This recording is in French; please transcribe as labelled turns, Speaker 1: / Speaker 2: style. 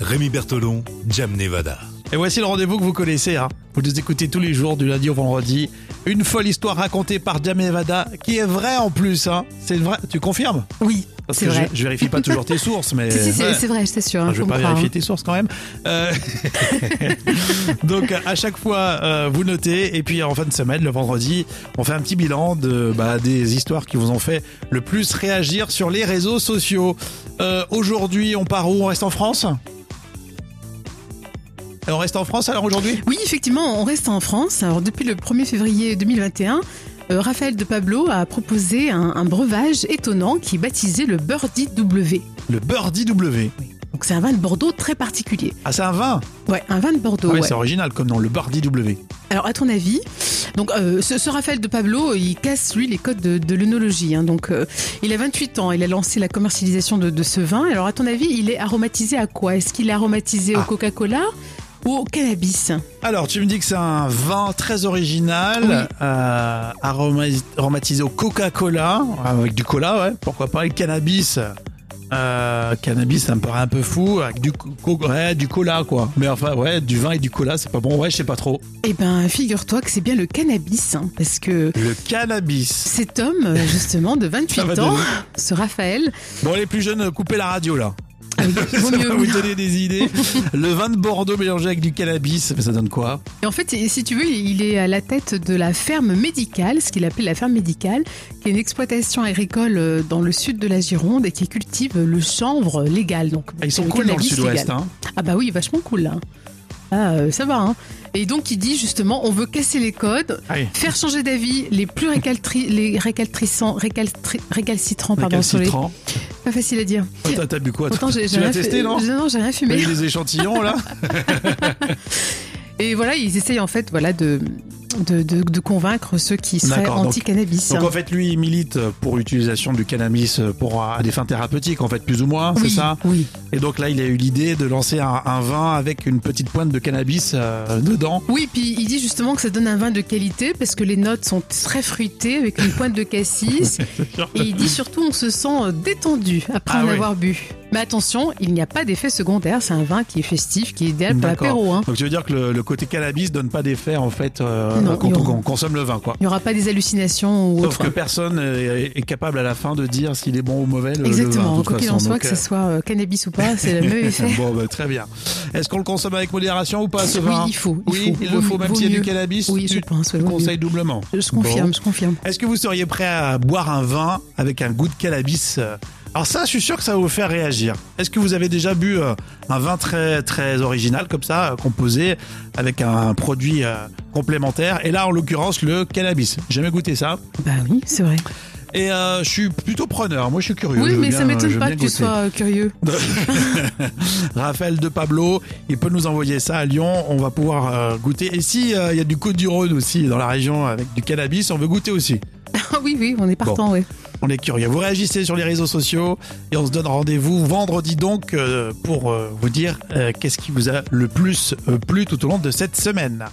Speaker 1: Rémi Bertolon, Jam Nevada.
Speaker 2: Et voici le rendez-vous que vous connaissez. Hein. Vous nous écoutez tous les jours du lundi au vendredi. Une folle histoire racontée par Jam Nevada qui est vraie en plus. Hein. C'est vrai. Tu confirmes
Speaker 3: Oui,
Speaker 2: Parce
Speaker 3: c'est
Speaker 2: que je,
Speaker 3: vrai.
Speaker 2: je vérifie pas toujours tes sources, mais
Speaker 3: Si, si, c'est
Speaker 2: Euh, Ouais.
Speaker 3: c'est vrai, je t'assure. hein,
Speaker 2: je vais
Speaker 3: faut
Speaker 2: pas
Speaker 3: me croire,
Speaker 2: vérifier
Speaker 3: hein.
Speaker 2: tes sources quand même. Euh, Donc à chaque fois, euh, vous notez et puis en fin de semaine, le vendredi, on fait un petit bilan de bah, des histoires qui vous ont fait le plus réagir sur les réseaux sociaux. Euh, Aujourd'hui, on part où On reste en France Et On reste en France alors aujourd'hui
Speaker 3: hein. Oui, effectivement, on reste en France. Alors, depuis le 1er février 2021, euh, Raphaël de Pablo a proposé un, un breuvage étonnant qui est baptisé le Birdie W.
Speaker 2: Le Birdie W.
Speaker 3: Donc, c'est un vin de Bordeaux très particulier.
Speaker 2: Ah c'est un vin
Speaker 3: Ouais, un vin de Bordeaux.
Speaker 2: Ah ouais,
Speaker 3: ouais.
Speaker 2: c'est original comme nom, le Birdie W.
Speaker 3: Alors, à ton avis, donc, euh, ce, ce Raphaël de Pablo, il casse, lui, les codes de, de l'œnologie. hein. donc, euh, il a 28 ans, il a lancé la commercialisation de, de ce vin. Alors, à ton avis, il est aromatisé à quoi Est-ce qu'il est aromatisé au
Speaker 2: Ah.
Speaker 3: Coca-Cola ou au cannabis
Speaker 2: Alors, tu me dis que c'est un vin très original, euh, aroma- aromatisé au Coca-Cola, avec du cola, ouais, pourquoi pas, et le cannabis. Euh, cannabis, ça me paraît un peu fou, avec du, co- co- ouais, du cola, quoi. Mais enfin, ouais, du vin et du cola, c'est pas bon, ouais, je sais pas trop.
Speaker 3: Eh ben, figure-toi que c'est bien le cannabis, hein, parce que
Speaker 2: Le cannabis.
Speaker 3: cet homme, euh, justement, de
Speaker 2: Ça va
Speaker 3: 28 ans,
Speaker 2: donner.
Speaker 3: ce Raphaël, euh,
Speaker 2: Bon, les plus jeunes, coupez la radio, là.
Speaker 3: vaut
Speaker 2: ça
Speaker 3: mieux.
Speaker 2: va vous donner des idées. le vin de Bordeaux mélangé avec du cannabis, mais ça donne quoi
Speaker 3: Et en fait, si tu veux, il est à la tête de la ferme médicale, ce qu'il appelle la ferme médicale, qui est une exploitation agricole euh, dans le sud de la Gironde et qui cultive le chanvre légal. Donc,
Speaker 2: Ah, Ils sont
Speaker 3: le
Speaker 2: cool dans le
Speaker 3: cannabis
Speaker 2: sud-ouest,
Speaker 3: légal.
Speaker 2: hein.
Speaker 3: Ah bah oui, vachement cool. hein. Ah, euh, ça va. Hein. Et donc, il dit justement, on veut casser les codes,
Speaker 2: Allez.
Speaker 3: faire changer d'avis les plus récaltri- les récaltrissants, récaltri- récalcitrants, pardon, sur les...
Speaker 2: Récalcitrant.
Speaker 3: Pas facile à dire.
Speaker 2: Oh, T'as t'as bu quoi toi
Speaker 3: Pourtant, j'ai
Speaker 2: Tu
Speaker 3: j'ai rien
Speaker 2: l'as
Speaker 3: fait-
Speaker 2: testé, non
Speaker 3: j'ai- Non, j'ai rien
Speaker 2: T'as
Speaker 3: fumé.
Speaker 2: eu des échantillons, là
Speaker 3: Et voilà, ils essayent en fait voilà, de, de, de- de convaincre ceux qui seraient
Speaker 2: D'accord, donc-
Speaker 3: anti-cannabis.
Speaker 2: Donc en fait, lui, il milite pour l'utilisation du cannabis pour euh, à des fins thérapeutiques, en fait, plus ou moins, c'est
Speaker 3: oui,
Speaker 2: ça
Speaker 3: Oui.
Speaker 2: Et donc là, il a eu l'idée de lancer un, un vin avec une petite pointe de cannabis euh, dedans.
Speaker 3: Oui, puis il dit justement que ça donne un vin de qualité parce que les notes sont très fruitées avec une pointe de cassis. et il dit surtout on se sent euh, détendu après
Speaker 2: Ah
Speaker 3: en
Speaker 2: oui.
Speaker 3: avoir bu. Mais attention, il n'y a pas d'effet secondaire. C'est un vin qui est festif, qui est idéal pour
Speaker 2: D'accord.
Speaker 3: l'apéro. hein.
Speaker 2: Donc tu veux dire que le, le côté cannabis donne pas d'effet, en fait, euh,
Speaker 3: Non,
Speaker 2: quand
Speaker 3: il y
Speaker 2: on,
Speaker 3: aura-
Speaker 2: on consomme le vin, quoi.
Speaker 3: Il n'y aura pas des hallucinations ou
Speaker 2: Sauf
Speaker 3: autre.
Speaker 2: que euh, personne est, est capable à la fin de dire s'il est bon ou mauvais le, le vin.
Speaker 3: Exactement.
Speaker 2: de toute
Speaker 3: Quoi qu'il
Speaker 2: façon.
Speaker 3: en soit,
Speaker 2: Donc,
Speaker 3: que
Speaker 2: euh,
Speaker 3: ce soit euh, cannabis ou pas, c'est le même effet.
Speaker 2: Bon, bah, très bien. Est-ce qu'on le consomme avec modération ou pas ce
Speaker 3: Oui,
Speaker 2: vin
Speaker 3: il faut. Il
Speaker 2: Oui,
Speaker 3: faut.
Speaker 2: il le faut, même
Speaker 3: Vaut
Speaker 2: s'il y a
Speaker 3: mieux.
Speaker 2: du cannabis.
Speaker 3: Oui, je
Speaker 2: tu
Speaker 3: pense. ouais,
Speaker 2: tu
Speaker 3: vaut mieux.
Speaker 2: conseilles doublement.
Speaker 3: Je je confirme,
Speaker 2: Bon.
Speaker 3: je confirme.
Speaker 2: Est-ce que vous seriez prêt à boire un vin avec un goût de cannabis euh Alors ça, je suis sûr que ça va vous faire réagir. Est-ce que vous avez déjà bu euh, un vin très très original comme ça, euh, composé avec un produit euh, complémentaire Et là, en l'occurrence, le cannabis. J'ai Jamais goûté ça.
Speaker 3: Bah oui, c'est vrai.
Speaker 2: Et euh, je suis plutôt preneur. Moi, je suis curieux.
Speaker 3: Oui,
Speaker 2: Je veux
Speaker 3: mais
Speaker 2: bien-
Speaker 3: ça
Speaker 2: je
Speaker 3: m'étonne
Speaker 2: veux
Speaker 3: pas que
Speaker 2: bien
Speaker 3: tu
Speaker 2: goûter.
Speaker 3: sois euh, curieux.
Speaker 2: Raphaël de Pablo, il peut nous envoyer ça à Lyon, on va pouvoir euh, goûter. Et si euh, il y a du Côte du Rhône aussi dans la région avec du cannabis, on veut goûter aussi.
Speaker 3: Ah oui, oui, on est partant, ouais.
Speaker 2: On est curieux. Vous réagissez sur les réseaux sociaux et on se donne rendez-vous vendredi donc euh, pour euh, vous dire euh, qu'est-ce qui vous a le plus euh, plu tout au long de cette semaine.